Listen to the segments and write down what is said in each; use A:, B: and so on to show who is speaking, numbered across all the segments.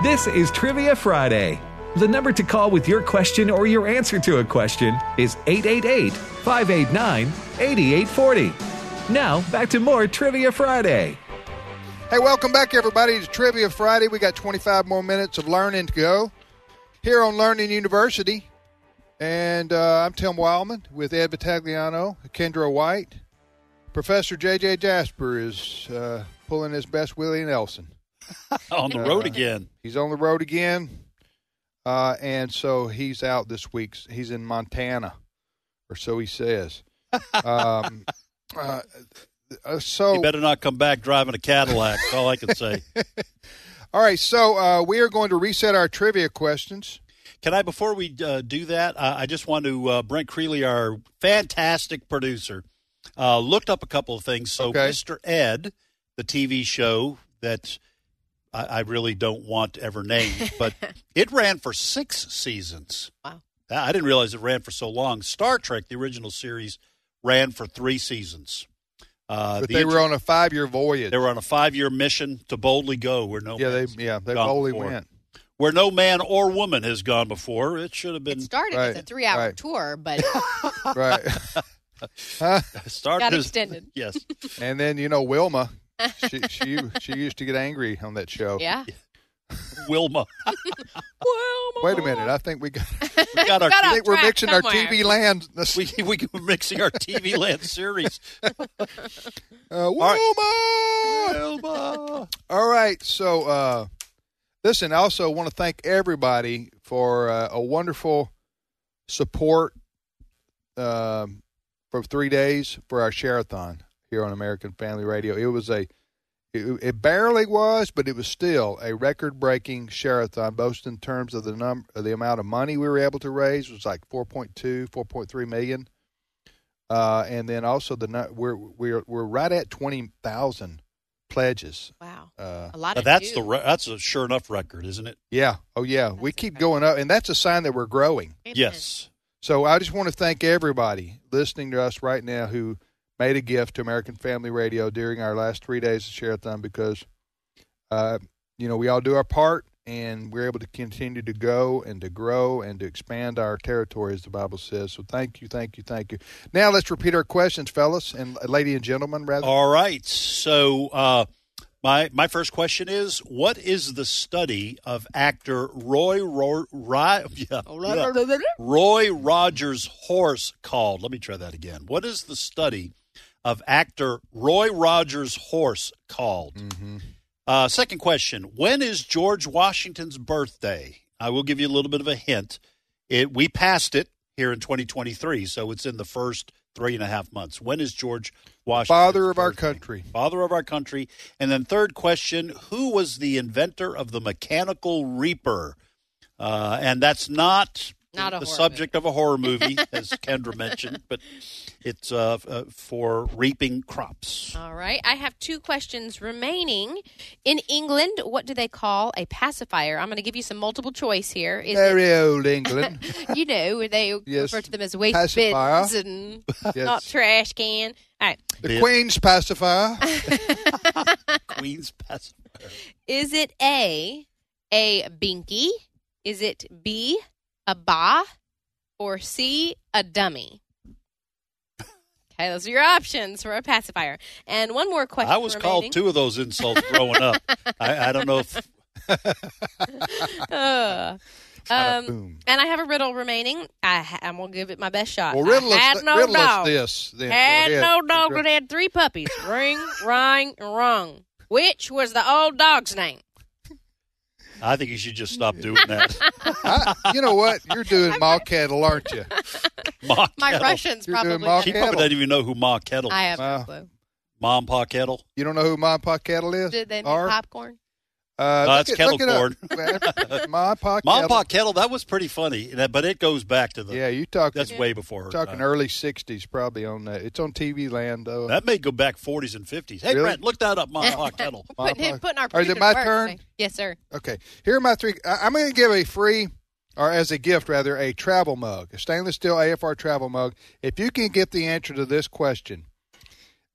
A: This is Trivia Friday. The number to call with your question or your answer to a question is 888 589 8840. Now, back to more Trivia Friday.
B: Hey, welcome back, everybody, to Trivia Friday. We got 25 more minutes of learning to go here on Learning University. And uh, I'm Tim Wildman with Ed Vitagliano, Kendra White. Professor J.J. Jasper is uh, pulling his best Willie Nelson.
C: on the
B: Uh-huh.
C: road again.
B: He's on the road again, uh, and so he's out this week. He's in Montana, or so he says. um, uh, uh,
C: He
B: so,
C: better not come back driving a Cadillac. That's all I can say.
B: all right, so uh, we are going to reset our trivia questions.
C: Can I, before we uh, do that, I, I just want to, uh, Brent Creeley, our fantastic producer, uh, looked up a couple of things. So,
B: Okay.
C: Mr. Ed, the TV show that I, I really don't want to ever name, but it ran for six seasons.
D: Wow.
C: I I didn't realize it ran for so long. Star Trek, the original series, ran for three seasons. Uh,
B: But
C: the
B: they
C: inter-
B: were on a five-year voyage.
C: they were on a five year mission to boldly go where no
B: yeah, they
C: man's
B: yeah they
C: gone
B: boldly
C: before.
B: went.
C: where no man or woman has gone before. It should have
D: It
C: been
D: started as a
B: Right,
D: three hour
B: right.
D: tour, but
B: right, Huh?
C: started
D: got
C: as-
D: extended.
C: Yes,
B: and then you know Wilma, she she she used to get angry on that show.
D: Yeah.
C: Wilma.
B: Wait a minute, I think we got.
C: We got our
D: Got
B: I
D: off
B: think we're
D: track
B: mixing our
D: somewhere.
B: TV land.
C: we we were mixing our TV land series.
B: Uh, Wilma.
C: Wilma.
B: All right. So, uh, listen, I also want to thank everybody for uh, a wonderful support um, for three days for our share-a-thon here on American Family Radio. It was a, it, it barely was, but it was still a record-breaking share-a-thon, both in terms of the number, the amount of money we were able to raise was like 4.2, 4.3 million. Uh, and then also the nu- we're we're we're right at twenty thousand pledges
D: Wow.
B: uh,
D: A lot
C: Now,
D: of
C: that's the
D: do.
C: re- that's a sure enough record, isn't it?
B: yeah. Oh, yeah. we
D: That's
B: keep
D: incredible.
B: going up, and that's a sign that we're growing.
D: Amen.
C: Yes.
B: So I just want to thank everybody listening to us right now who made a gift to American Family Radio during our last three days of Share-a-thon because, uh, you know, we all do our part, and we're able to continue to go and to grow and to expand our territory, as the Bible says. So thank you, thank you, thank you. Now let's repeat our questions, fellas and uh, lady and gentlemen, rather.
C: All right. So uh, my my first question is, what is the study of actor Roy Roy, Roy, yeah,
D: Oh,
C: yeah. Roy Rogers' horse called? Let me try that again. What is the study of actor Roy Rogers' horse called?
B: Mhm.
C: Uh, second question: When is George Washington's birthday? I will give you a little bit of a hint. It we passed it here in 2023, so it's in the first three and a half months. When is George Washington,
B: Father of our country.
C: Father of our country. And then third question: Who was the inventor of the mechanical reaper? Uh, and that's not.
D: Not a
C: the
D: horror
C: subject of a horror movie, as Kendra mentioned, but it's uh, f- uh, for reaping crops.
D: All right. I have two questions remaining. In England, what do they call a pacifier? I'm going to give you some multiple choice here. Is it,
B: Very old England.
D: you know, where they
B: Yes.
D: refer to them as waste
B: Pacifier.
D: bins and not
B: yes.
D: trash can. All right.
B: The Queen's pacifier.
C: Queen's Pass.
D: Is it A, a binky? Is it B, a ba? Or C, a dummy? Okay, those are your options for a pacifier. And one more question.
C: I was
D: remaining.
C: called two of those insults growing up. I, I don't know if
D: Ugh. um,
B: Boom.
D: and I have a riddle remaining. I ha- I'm gonna give it my best shot.
B: Well, riddle
D: I
B: us,
D: had
B: th-
D: no
B: riddle us
D: dog.
B: this. Then. Go
D: Had
B: ahead.
D: no dog that had three puppies. Ring, rang, and rung. Which was the old dog's name?
C: I think you should just stop doing that.
B: I, you know what? You're doing Ma Kettle, aren't you?
C: Ma
D: My
C: Kettle.
D: Russian's
B: You're doing
D: probably.
B: mock-
C: She
D: better.
C: probably
B: Kettle.
C: doesn't even know who Ma Kettle.
D: I
C: is.
D: have
B: Wow.
D: no clue.
C: Mom Pa Kettle.
B: You don't know who Ma and Pa Kettle is?
D: Did they make
B: Or-
D: popcorn?
B: Uh,
C: No,
B: look
C: that's
B: it-
C: kettle
B: look it up. Well, Ma and Pa
C: Mom
B: Kettle.
C: Pa Kettle. That was pretty funny, that- but it goes back to the.
B: Yeah, you talking
C: That's way before her.
B: talking
C: time.
B: early '60s, probably on that. It's on TV land though.
C: That may go back 40s and 50s. Hey,
B: Really?
C: Brent, look that up, Mom Pa Kettle.
B: Ma
D: Putting,
B: Pa-
D: putting our
B: Or is it
D: producer
B: my
D: to work
B: turn?
D: today. Yes, sir.
B: Okay, here are my three. I, I'm going to give a free, or as a gift rather, a travel mug, a stainless steel AFR travel mug. If you can get the answer to this question,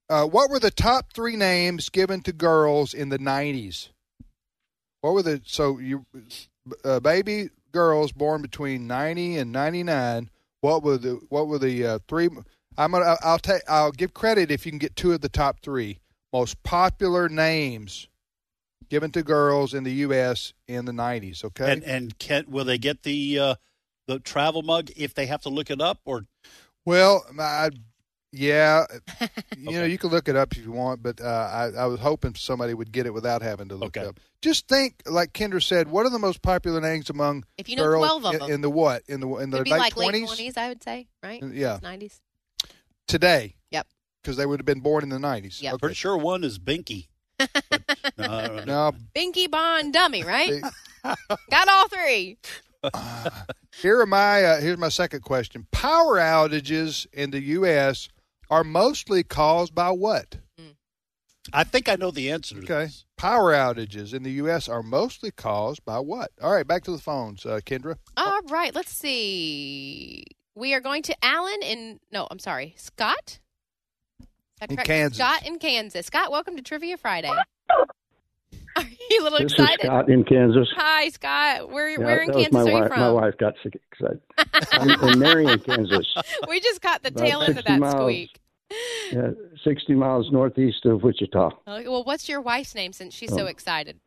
B: uh, what were the top three names given to girls in the '90s? What were the so you uh, baby girls born between ninety and ninety nine? What were the what were the uh, three? I'm gonna I'll- I'll take I'll give credit if you can get two of the top three most popular names given to girls in the U.S. in the nineties. Okay,
C: And and can will they get the uh, the travel mug if they have to look it up or
B: Well, I, yeah, you know,
C: Okay.
B: you can look it up if you want, but uh, I, I was hoping somebody would get it without having to look
C: Okay.
B: it up. Just think, like Kendra said, what are the most popular names among
D: If you know
B: girls
D: 12 of
B: in,
D: them,
B: in the what in the in the
D: it'd be
B: late
D: like late
B: 20s?
D: 20s, I would say, right?
B: Yeah,
D: 90s.
B: today.
D: Yep.
B: Because they would have been born in the nineties.
D: Yep.
C: pretty sure one is Binky. But, no, I don't
B: Now,
C: know.
D: Binky Bond Dummy, right?
B: eh,
D: Got all three.
B: here are my uh, here's my second question. Power outages in the U.S. are mostly caused by what?
C: I think I know the answer. To
B: Okay.
C: this.
B: Power outages in the U.S. are mostly caused by what? All right, back to the phones, uh, Kendra.
D: All right, let's see. We are going to Alan in, no, I'm sorry, Scott? Is that
B: In
D: correct?
B: Kansas.
D: Scott in Kansas. Scott, welcome to Trivia Friday. Are you a little
E: This is
D: excited?
E: Scott in Kansas.
D: Hi, Scott. Where,
E: Yeah,
D: where in
E: that was
D: Kansas
E: my
D: are
E: wife.
D: you from?
E: My wife got sick excited. I'm in Marion, Kansas, uh,
D: We just caught the
E: About
D: tail end of
E: 60
D: that
E: miles.
D: squeak.
E: yeah, 60 miles northeast of Wichita.
D: Okay, Well, what's your wife's name since she's so
E: Oh.
D: excited?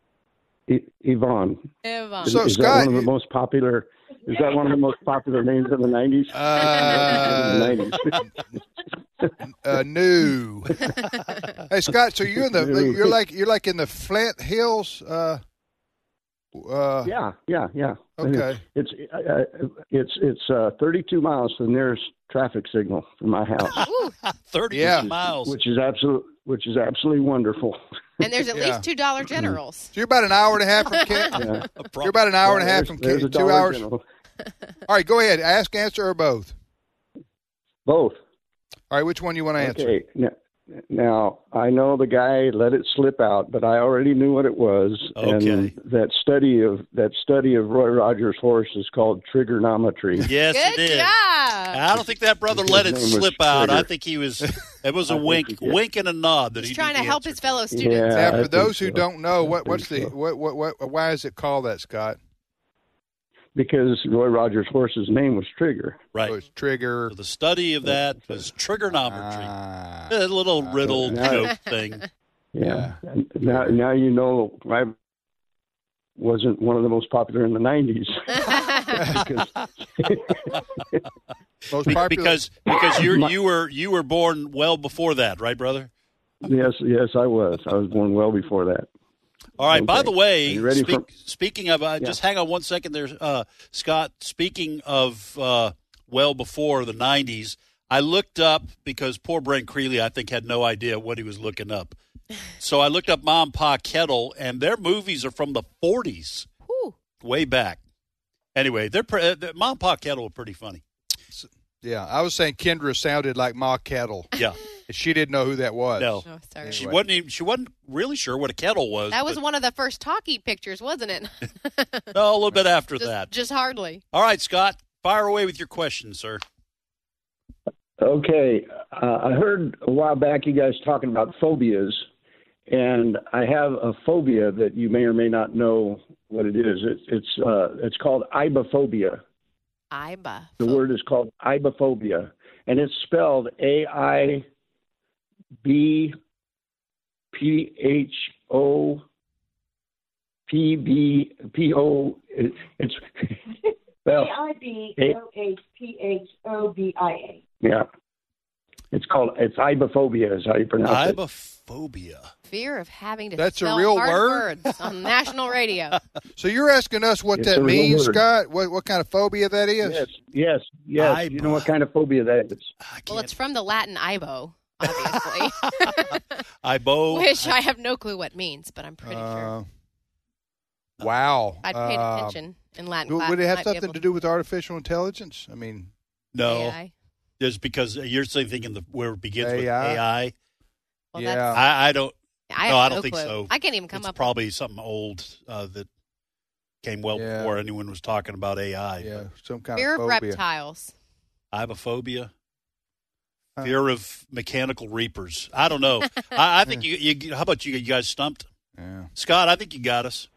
E: E- Yvonne.
D: Yvonne.
E: Is,
B: So,
E: is
B: Scott,
E: that one of the
B: you-
E: most popular? Is that one of the most popular names in the 90s?
B: Uh,
E: In the 90s.
B: uh, new. hey Scott, so you're in the
E: No.
B: you're like you're like in the Flint Hills. Uh, uh,
E: yeah, yeah, yeah.
B: Okay.
E: It's uh, it's it's uh, 32 miles to the nearest traffic signal from my house,
D: Ooh,
C: Thirty
B: Yeah.
C: miles.
E: which is absolute which is absolutely wonderful.
D: and there's at
B: Yeah.
D: least two Dollar Generals.
B: So you're about an hour and a half from Kent.
C: A
E: Yeah.
B: You're
C: problem.
B: about an hour and a half
E: There's-
B: from
E: there's a
B: Kent. Two
E: Dollar
B: hours.
E: General.
B: All right, go ahead. Ask, answer, or both.
E: Both.
B: All right, which one you want to answer?
E: Okay. Now, now, I know the guy let it slip out, but I already knew what it was.
C: Okay.
E: And that study of that study of Roy Rogers' horse is called trigonometry.
C: Yes, it
D: Good
C: is.
D: job.
C: I don't think that brother
E: His
C: let it
E: name was
C: slip out. I
E: Trigger.
C: think he was. It was
E: I
C: a
E: think
C: wink,
E: he did.
C: wink and a nod. That
D: He's
C: he
D: trying
C: knew
D: to
C: the
D: help his
C: answer.
D: fellow
E: Yeah,
D: students.
B: Now,
E: I
B: for
E: think
B: those who
E: so.
B: don't know,
E: I
B: what
E: think
B: what's the
E: so.
B: what, what what why is it called that, Scott?
E: because Roy Rogers' horse's name was Trigger.
B: Oh,
C: Right.
B: it's trigger.
C: So the study of that was trigonometry.
B: Ah.
C: a little riddle
E: Now-
C: joke thing.
E: Yeah. And Now, now you know why it wasn't one of the most popular in the '90s. because
B: Most
C: Be-
B: popular.
C: because because you you were you were born well before that, right, brother?
E: yes, yes, I was. I was born well before that.
C: All right. By
E: Okay.
C: the way,
E: Are you ready
C: speak,
E: for-
C: speaking of, uh, just hang on one second there, uh, Scott. Speaking of uh, well before the '90s, I looked up because poor Brent Creeley, I think, had no idea what he was looking up. So I looked up Mom Pa Kettle, and their movies are from the '40s,
D: Ooh.
C: way back. Anyway, they're pre- uh, Mom Pa Kettle are pretty funny.
B: yeah, I was saying Kendra sounded like Ma Kettle.
C: Yeah,
B: She didn't know who that was.
C: No.
D: Oh, sorry.
C: she
B: Anyway.
C: wasn't. Even, she wasn't really sure what a kettle was.
D: That was
C: but-
D: one of the first talkie pictures, wasn't it?
C: no, a little bit after
D: just,
C: that.
D: just hardly.
C: All right, Scott, fire away with your question, sir.
E: Okay, uh, I heard a while back you guys talking about phobias, and I have a phobia that you may or may not know what it is. It's it's uh, it's called ibophobia.
D: Iba.
E: The word is called ibophobia, and it's spelled A I B P H O P B P O. it- It's well,
F: A I B O H P H O B I A.
E: yeah. It's called it's ibophobia is how you pronounce it.
C: Ibophobia.
D: Fear of having to
B: That's a
D: spell
B: real
D: hard
B: word?
D: words on national radio.
B: So you're asking us what
E: It's
B: that
E: a real
B: means,
E: word.
B: Scott? What what kind of phobia that is?
E: Yes, yes, yes.
C: Ibo-
E: You know what kind of phobia that is?
C: I
D: Well, it's
C: can't-
D: from the Latin ibo, obviously.
C: Ibo.
D: Which I have no clue what means, but I'm pretty sure.
B: Uh, wow.
D: I'd paid
B: Uh,
D: attention in Latin
B: w-
D: class.
B: Would it have
D: Might be
B: something
D: able
B: to do with artificial intelligence? I mean,
C: no,
D: AI.
C: just because you're still thinking the where it begins with
B: AI.
C: AI.
D: Well,
B: Yeah.
D: that's,
C: I, I don't.
D: I have
C: No,
D: no,
C: I don't think
D: clue.
C: so.
D: I can't even come
C: it's
D: up. with
C: probably something old uh, that came well
B: Yeah.
C: before anyone was talking about AI.
B: yeah, some kind
D: fear
B: of
D: of
B: phobia.
D: reptiles.
C: Ibophobia.
B: Huh.
C: Fear of mechanical reapers. I don't know. I, I think you, you. How about you? You guys stumped,
B: Yeah.
C: Scott? I think you got us.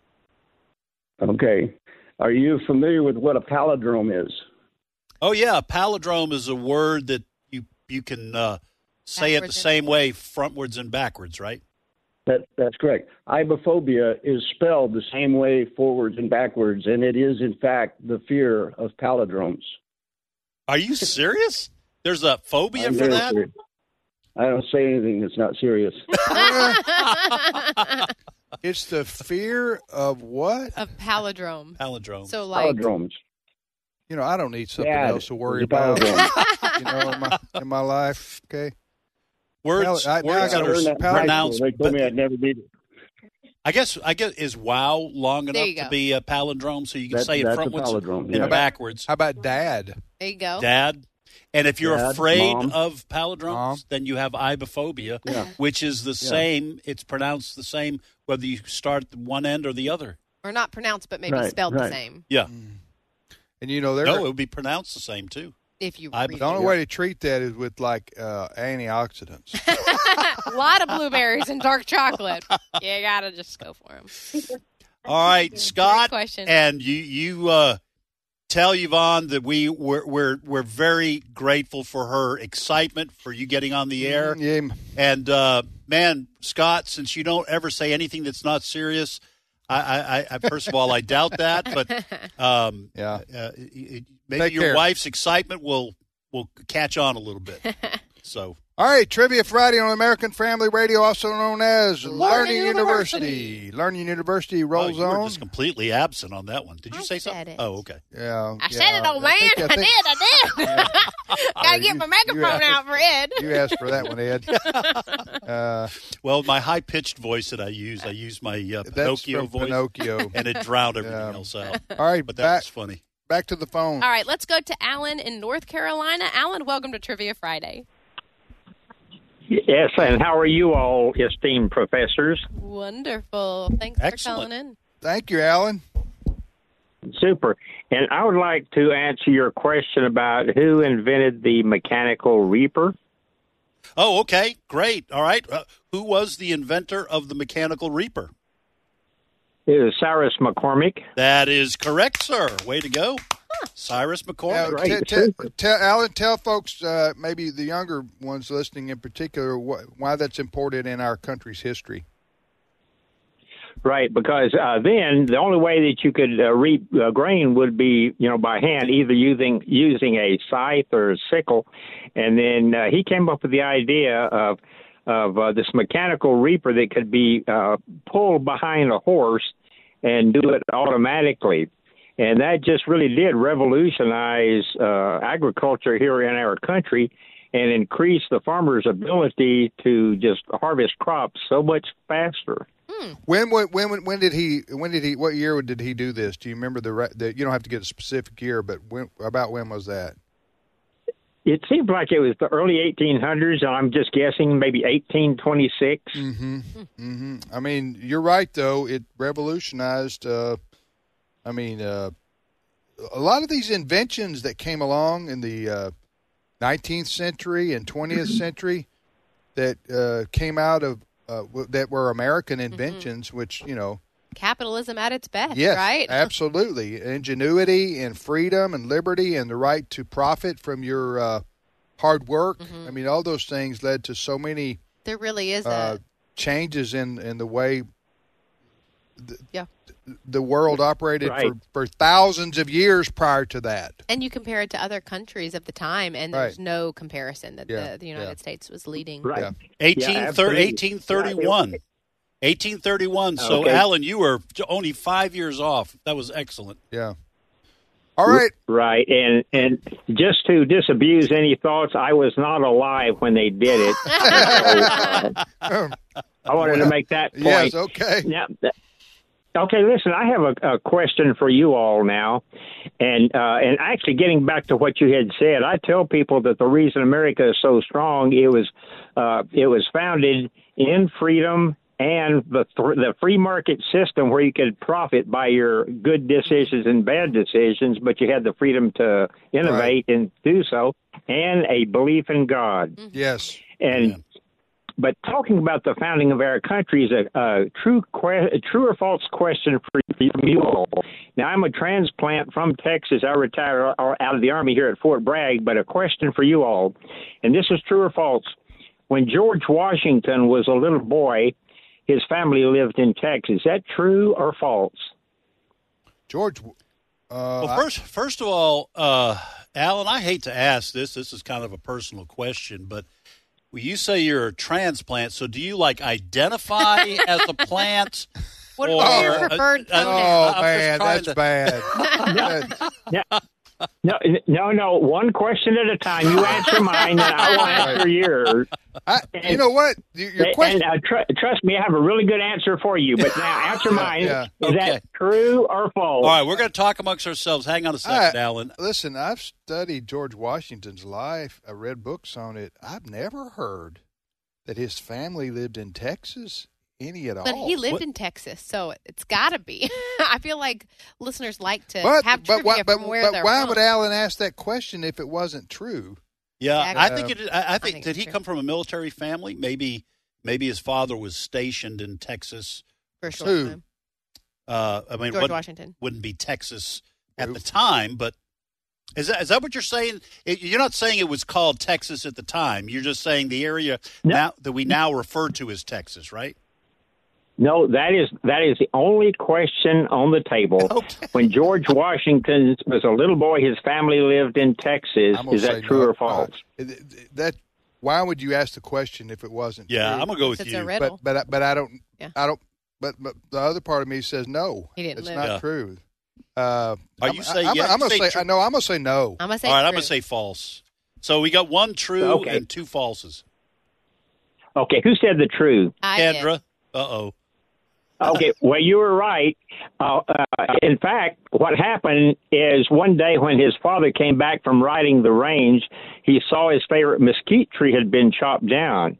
G: Okay. Are you familiar with what a palindrome is?
C: Oh yeah, palindrome is a word that you you can uh, say it the
D: Backwards and
C: same way frontwards and backwards, right?
G: That, that's correct. Ibophobia is spelled the same way forwards and backwards, and it is, in fact, the fear of palindromes.
C: Are you serious? There's a phobia
G: I'm
C: for
G: very
C: that.
G: serious. I don't say anything that's not serious.
B: It's the fear of what?
D: of palindrome.
C: Palindrome.
D: So like
G: Palindromes.
B: You know, I don't need something
G: Yeah,
B: else to worry
G: it's a
B: about.
G: palindrome.
B: you know, in my, in my life. Okay.
C: words
B: Now- I- now I
C: words
B: gotta
G: I learned
C: that
G: that in
C: are
G: high
C: pronounced.
G: school. They told me I'd never be.
C: I guess I guess is wow long
D: There you
C: enough to
D: go.
C: be a palindrome, so you can
G: That-
C: say it
G: that's a
C: frontwards
G: palindrome,
C: and
G: yeah.
C: backwards.
B: How about dad?
D: there you go.
C: Dad. And if you're
G: Dad,
C: afraid
G: Mom.
C: of palindromes,
B: Mom.
C: then you have ibophobia,
G: Yeah.
C: which is the same. It's pronounced the same whether you start at one end or the other.
D: Or not pronounced, but maybe
G: Right,
D: spelled the
G: right.
D: same.
C: Yeah.
B: And you know, there.
C: No, it would be pronounced the same too.
D: If you
C: I-
D: read
B: the only
D: it.
B: way to treat that is with like uh, antioxidants.
D: a lot of blueberries and dark chocolate. You gotta just go for them.
C: All right, Scott,
D: question.
C: and you you uh, tell Yvonne that we we're, we're we're very grateful for her excitement for you getting on
D: Mm-hmm.
C: the air.
B: yeah,
C: And uh, man, Scott, since you don't ever say anything that's not serious, I, I, I- I first of all I doubt that, but um,
B: yeah.
C: uh, it- it- maybe
B: Take
C: your
B: care.
C: wife's excitement will will catch on a little bit. So
B: All right, Trivia Friday on American Family Radio, also known as Learning, University. Learning University rolls
C: wow, Oh, you were
B: on.
C: just completely absent on that one. Did you
D: I
C: say
D: said
C: something?
D: it.
C: Oh, okay.
B: yeah,
D: I
B: yeah,
D: said it, old man. I,
B: think- I think
D: did. I did.
B: Yeah,
D: Gotta get
B: you-
D: my
B: you
D: microphone
B: asked-
D: out for Ed.
B: You asked for that one, Ed. Uh,
C: Well, my high pitched voice that I use, I use my uh,
B: that's
C: Pinocchio
B: from
C: voice,
B: Pinocchio.
C: and it drowned everything
B: Yeah.
C: else out.
B: All right,
C: But
B: back
C: that's funny.
B: back to the phone.
D: All right, let's go to Alan in North Carolina. Alan, welcome to Trivia Friday.
E: Yes, and how are you all, esteemed professors?
D: Wonderful. Thanks
C: Excellent.
D: for calling in.
B: Thank you, Alan.
E: Super. And I would like to answer your question about who invented the mechanical reaper.
C: Oh, okay, great. All right, uh, who was the inventor of the mechanical reaper?
E: It was Cyrus McCormick.
C: That is correct, sir. Way to go, Cyrus
B: Now,
C: McCormick.
E: right.
B: te- te- tell Alan, tell folks, uh, maybe the younger ones listening in particular, wh- why that's important in our country's history.
E: Right, because uh, then the only way that you could uh, reap uh, grain would be, you know, by hand, either using using a scythe or a sickle, and then uh, he came up with the idea of of uh, this mechanical reaper that could be uh, pulled behind a horse and do it automatically, and that just really did revolutionize uh, agriculture here in our country. And increase the farmer's ability to just harvest crops so much faster.
B: When wa- when when, when did he when did he what year did he do this? Do you remember the, re- the you don't have to get a specific year, but when about when was that?
E: It seemed like it was the early 1800s, and I'm just guessing maybe 1826.
B: Mm-hmm. hmm I mean, you're right though. It revolutionized. Uh, I mean, uh, a lot of these inventions that came along in the uh, 19th century and 20th century that uh, came out of uh, w- that were American inventions, which you know,
D: Capitalism at its best,
B: yes,
D: right?
B: absolutely, ingenuity and freedom and liberty and the right to profit from your uh, hard work. I mean, all those things led to so many
D: there really Mm-hmm. is a
B: uh, changes in, in the way the,
D: Yeah.
B: the world operated
E: Right.
B: for, for thousands of years prior to that.
D: and you compare it to other countries of the time, and
B: Right.
D: there's no comparison that
B: Yeah,
D: the, the United
B: yeah.
D: States was leading.
E: Right.
B: Yeah.
C: 18,
E: Yeah,
C: thir-
E: absolutely.
C: 1831. 1831. So,
E: Okay.
C: Alan, you were only five years off. That was excellent.
B: Yeah. All right.
E: Right, and and just to disabuse any thoughts, I was not alive when they did it. So, uh, I wanted to make that point.
B: Yes. Okay.
E: Now, th- okay, listen, I have a, a question for you all now, and uh, and actually getting back to what you had said, I tell people that the reason America is so strong it was uh, it was founded in freedom and the thr the free market system where you could profit by your good decisions and bad decisions, but you had the freedom to innovate and do so, and a belief in God
B: Yes.
E: and. But talking about the founding of our country is a, a true, que- a true or false question for you, mule. Now, I'm a transplant from Texas. I retired o- out of the Army here at Fort Bragg, but a question for you all, and this is true or false. When George Washington was a little boy, his family lived in Texas. Is that true or false?
B: George. Uh,
C: Well, first, first of all, uh, Alan, I hate to ask this. This is kind of a personal question, but well, you say you're a transplant, so do you like identify as a plant?
D: What are your
C: or-
D: preferred
C: uh, uh,
B: oh
D: pronouns?
C: I'm just
B: man,
C: trying
B: that's
C: to-
B: bad. That's-
E: No, no, no. One question at a time. You answer mine, and I will answer yours.
B: I, you know what? Your, your question.
E: And uh, tr- trust me, I have a really good answer for you. But now, answer mine.
B: yeah.
E: Is
C: Okay.
E: that true or
C: All
E: false?
C: right, we're going to talk amongst ourselves. Hang on a second,
B: I-
C: Alan.
B: Listen, I've studied George Washington's life. I read books on it. I've never heard that his family lived in Texas any at all.
D: But he lived
C: What-
D: in Texas, so it's got to be. I feel like listeners like to
B: but,
D: have
B: but,
D: trivia
B: why, but,
D: from where
B: but
D: they're
B: why
D: from.
B: would Alan ask that question if it wasn't true?
C: Yeah, I
D: Exactly.
C: think it. I, I think
D: think
C: did he
D: it's true.
C: come from a military family? Maybe, maybe his father was stationed in Texas.
D: For a short
B: Who?
D: time.
C: Uh, I mean,
D: George
C: wouldn't-
D: Washington.
C: wouldn't be Texas at
B: Oof.
C: the time, but is that, is that what you're saying? It- You're not saying it was called Texas at the time. You're just saying the area
E: No.
C: now that we now refer to as Texas, right?
E: No, that is that is the only question on the table.
C: Okay.
E: When George Washington was a little boy, his family lived in Texas.
B: I'm gonna
E: Is
B: say
E: that true
B: no.
E: or false?
B: Uh, th- th- that why would you ask the question if it wasn't?
C: Yeah,
B: true?
C: I'm gonna go with
D: It's
C: you.
D: a riddle.
B: But but I, but I don't.
D: Yeah.
B: I don't. But but the other part of me says no.
D: He didn't
B: It's
D: live.
B: not
C: Yeah.
B: true. Uh,
C: Are
B: I'm,
C: you say
B: I'm,
C: yes?
B: I'm
C: You
B: gonna
C: say
B: say,
C: true.
B: I know. I'm gonna say no.
D: I'm gonna say.
C: All right, I'm
D: true.
C: gonna say false. So we got one true
E: Okay.
C: and two falses.
E: Okay, who said the truth?
D: I did.
C: Kendra, uh oh,
E: Okay, well, you were right. Uh, uh, in fact, what happened is one day when his father came back from riding the range, he saw his favorite mesquite tree had been chopped down.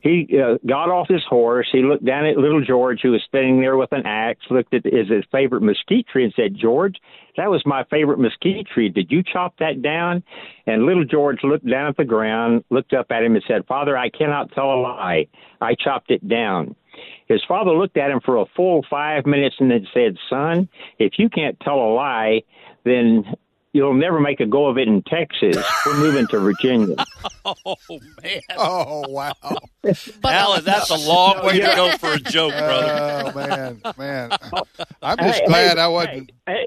E: He uh, got off his horse. He looked down at little George, who was standing there with an axe, looked at his, his favorite mesquite tree, and said, George, that was my favorite mesquite tree. Did you chop that down? And little George looked down at the ground, looked up at him, and said, Father, I cannot tell a lie. I chopped it down. His father looked at him for a full five minutes and then said, Son, if you can't tell a lie, then you'll never make a go of it in Texas. We're moving to Virginia.
C: oh man,
B: Oh wow!
D: But
C: Alan, that's a long way to go for a joke,
E: Uh,
C: brother.
B: oh man, man! I'm just
E: Hey,
B: glad
E: hey,
B: I wasn't
E: hey, hey.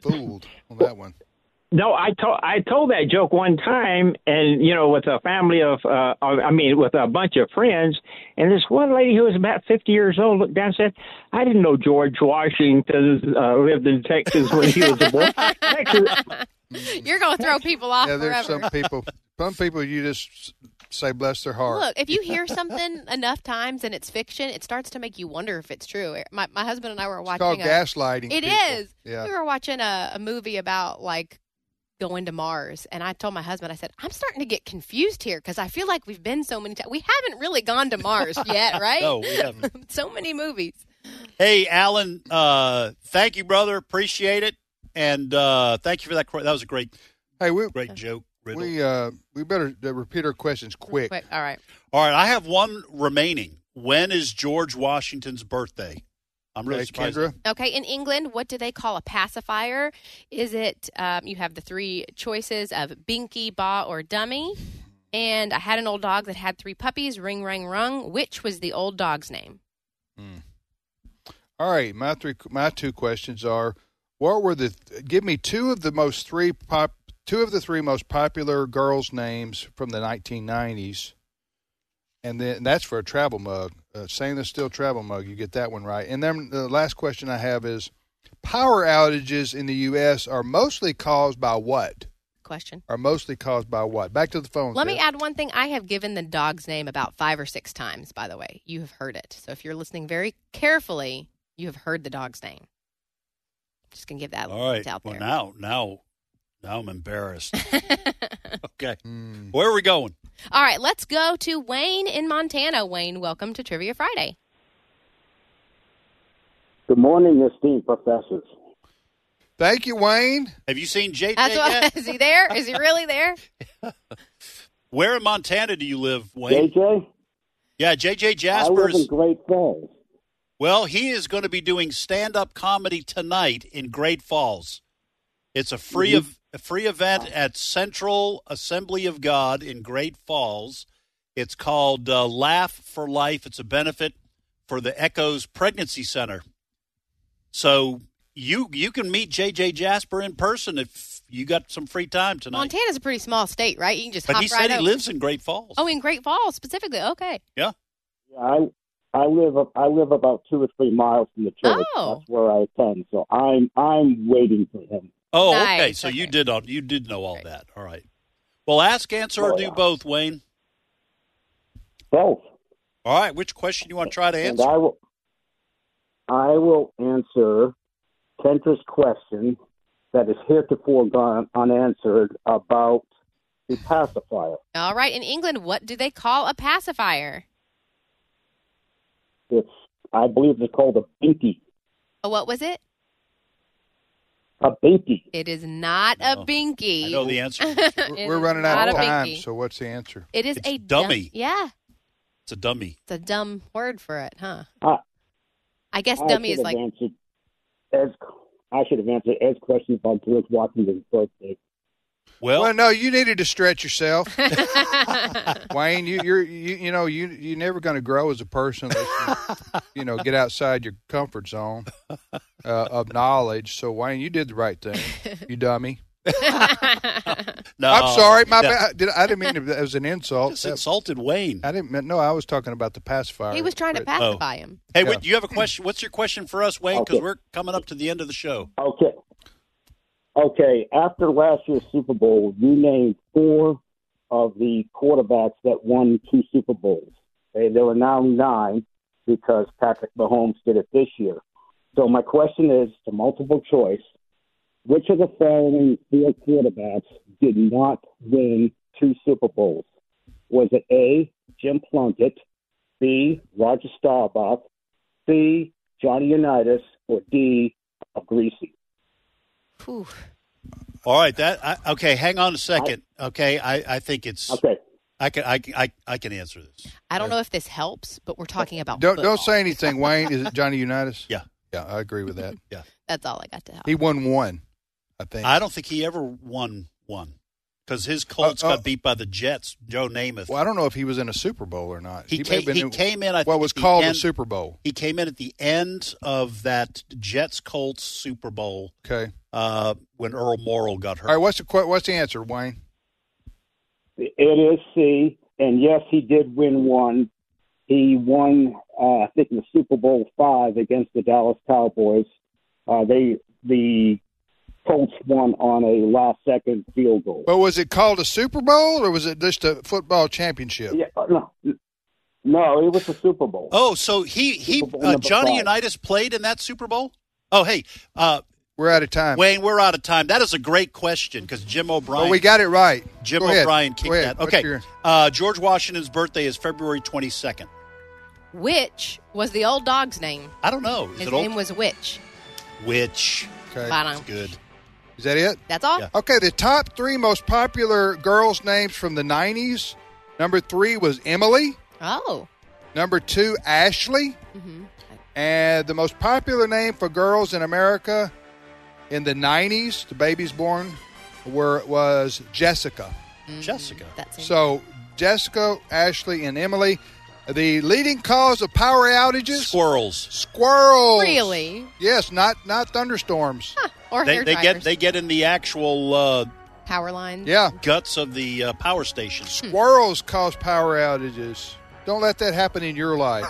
B: fooled on that one.
E: Eh, No, I told I told that joke one time, and you know, with a family of, uh, I mean, with a bunch of friends, and this one lady who was about fifty years old looked down and said, "I didn't know George Washington uh, lived in Texas when he was a boy." Texas,
D: You're gonna throw people off
B: Yeah,
D: forever.
B: there's some people. Some people you just s- say bless their heart.
D: Look, if you hear something enough times and it's fiction, it starts to make you wonder if it's true. My, my husband and I were
B: it's
D: watching.
B: called
D: a-
B: gaslighting.
D: It is.
B: people. Yeah.
D: We were watching a, a movie about like going to Mars, and I told my husband, I said, I'm starting to get confused here because I feel like we've been so many times. We haven't really gone to Mars yet, right?
C: No, we haven't.
D: so many movies.
C: Hey, Alan, uh, thank you, brother. Appreciate it, and uh, thank you for that. que- That was a great,
B: Hey, we
C: great joke. Riddle.
B: we uh we better uh, repeat our questions quick.
D: Quick. All right.
C: All right, I have one remaining. When is George Washington's birthday? I'm really
B: Hey,
C: surprised.
B: Kendra,
D: Okay, in England, what do they call a pacifier? Is it um, you have the three choices of Binky, Ba, or Dummy? And I had an old dog that had three puppies, Ring, Rang, Rung. Which was the old dog's name?
B: All right, my three, my two questions are: What were the? Give me two of the most three pop, two of the three most popular girls' names from the 1990s, and then and that's for a travel mug, uh, stainless steel travel mug. You get that one right. And then the last question I have is: Power outages in the U.S. are mostly caused by what?
D: Question.
B: Are mostly caused by what? Back to the phone.
D: Let me add one thing. I have given the dog's name about five or six times, by the way. You have heard it. So if you're listening very carefully, you have heard the dog's name. Just going to give that
C: All right.
D: Oh, it's out
C: Well,
D: there.
C: now, now, now I'm embarrassed. okay,
B: Hmm.
C: where are we going?
D: All right, let's go to Wayne in Montana. Wayne, welcome to Trivia Friday.
G: Good morning, esteemed professors.
B: Thank you, Wayne.
C: Have you seen JJ
D: That's
C: yet?
D: what, is he there? Is he really there?
C: Where in Montana do you live, Wayne?
G: JJ,
C: Yeah, JJ
G: I live in
C: Jaspers.
G: Great Falls.
C: Well, he is going to be doing stand-up comedy tonight in Great Falls. It's a free
G: Mm-hmm.
C: of a free event at Central Assembly of God in Great Falls. It's called uh, Laugh for Life. It's a benefit for the Echoes Pregnancy Center. So you you can meet JJ Jasper in person if you got some free time tonight.
D: Montana's a pretty small state, right? You can just
C: but
D: hop
C: he
D: right
C: said he
D: over.
C: lives in Great Falls.
D: Oh, in Great Falls specifically. Okay.
C: yeah.
G: Yeah, I I live up- I live about two or three miles from the church.
D: Oh.
G: That's where I attend. So I'm I'm waiting for him.
C: Oh, okay.
D: Nice,
C: So you
D: okay.
C: did all, you did know all
D: Right.
C: that. All right. Well, ask, answer, or
G: Oh,
C: do
G: yeah.
C: both, Wayne.
G: Both.
C: All right. Which question you want to try to
G: And
C: answer?
G: I will I will answer Kendra's question that is heretofore gone unanswered about the pacifier.
D: All right. In England, what do they call a pacifier?
G: It's I believe it's called a binky.
D: Oh, what was it?
G: A binky.
D: It is not
C: No.
D: a binky.
C: I know the answer.
B: We're,
D: It
B: we're
D: is
B: running out of
D: not a
B: time,
D: binky.
B: so what's the answer?
D: It is
C: It's
D: a
C: dummy.
D: Dumb, yeah,
C: It's a dummy.
D: it's a dumb word for it, huh?
B: Uh,
G: I,
D: I guess
G: I
D: dummy
G: should
D: is
G: have
D: like
G: answered Ed's, I should have answered Ed's question about George Washington's birthday.
C: Well,
B: well, no, you needed to stretch yourself. Wayne, you, you're you, you know you you're never going to grow as a person. Unless you, you know, get outside your comfort zone uh, of knowledge. So Wayne, you did the right thing. You dummy.
C: no.
B: I'm sorry, my
C: Oh. Yeah.
B: bad. Uh, Did, I didn't mean to, that was an insult.
C: Just
B: That-
C: insulted Wayne.
B: I didn't mean, no, I was talking about the pacifier.
D: he was trying to
B: Oh.
D: pacify him.
C: Hey,
B: Yeah.
C: wait, do you have a question? What's your question for us, Wayne? Because
G: Okay.
C: we're coming up to the end of the show.
G: Okay. Okay. After last year's Super Bowl, you named four of the quarterbacks that won two Super Bowls. Okay, there were now nine because Patrick Mahomes did it this year. So my question is to multiple choice. Which of the following four quarterbacks did not win two Super Bowls? Was it A, Jim Plunkett, B, Roger Staubach, C, Johnny Unitas, or D, a Greasy?
D: Whew.
C: All right. That I, okay. Hang on a second. Okay. I, I think it's
G: Okay.
C: I can I can I, I can answer this.
D: I don't know if this helps, but we're talking about
B: Don't
D: football.
B: don't say anything, Wayne. Is it Johnny Unitas?
C: Yeah.
B: yeah, I agree with that.
D: That's all I got to help.
B: He won one, I think.
C: I don't think he ever won one because his Colts
B: Uh, uh,
C: got beat by the Jets. Joe Namath.
B: well, I don't know if he was in a Super Bowl or not.
C: He
B: may
C: came-
B: have been
C: he came in, I
B: what
C: think,
B: was
C: at the
B: called a
C: end.
B: Super Bowl.
C: He came in at the end of that Jets Colts Super Bowl
B: Okay.
C: uh, when Earl Morrill got
B: All right.
C: hurt.
B: What's the que- what's the answer, Wayne?
G: It is C, and yes, he did win one. He won, uh, I think, in the Super Bowl five against the Dallas Cowboys. Uh, they the Colts won on a last second field goal.
B: Well, was it called a Super Bowl or was it just a football championship?
G: Yeah, uh, no, no, it was the Super Bowl.
C: Oh, so he he
G: Super Bowl
C: uh,
G: number
C: Johnny
G: five.
C: Unitas played in that Super Bowl. Oh, hey, uh,
B: We're out of time.
C: Wayne, we're out of time. That is a great question because Jim O'Brien.
B: Well, we got it right.
C: Jim
B: Go ahead.
C: O'Brien
B: Go
C: kicked
B: ahead.
C: that.
B: What's
C: Okay,
B: your-
C: uh, George Washington's birthday is February twenty second.
D: Which was the old dog's name?
C: I don't know. Is
D: His
C: it
D: name
C: old?
D: was Witch.
C: Which
B: okay.
D: Bottom.
C: good.
B: Is that it?
D: That's all.
C: Yeah.
B: Okay, the top three most popular girls' names from the 90s. Number three was Emily.
D: Oh,
B: Number two, Ashley.
D: hmm
B: And the most popular name for girls in America in the 90s, the babies born, were was Jessica.
C: Jessica.
D: that's it.
B: So Jessica, Ashley, and Emily. The leading cause of power
D: Mm.
B: outages?
C: Squirrels.
B: Squirrels.
D: really
B: Yes, not not thunderstorms.
D: or
C: They,
D: hair
C: they
D: dryers.
C: get they get in the actual uh,
D: power lines.
B: Yeah.
C: guts of the uh, power station.
B: Squirrels cause power outages. Don't let that happen in your life.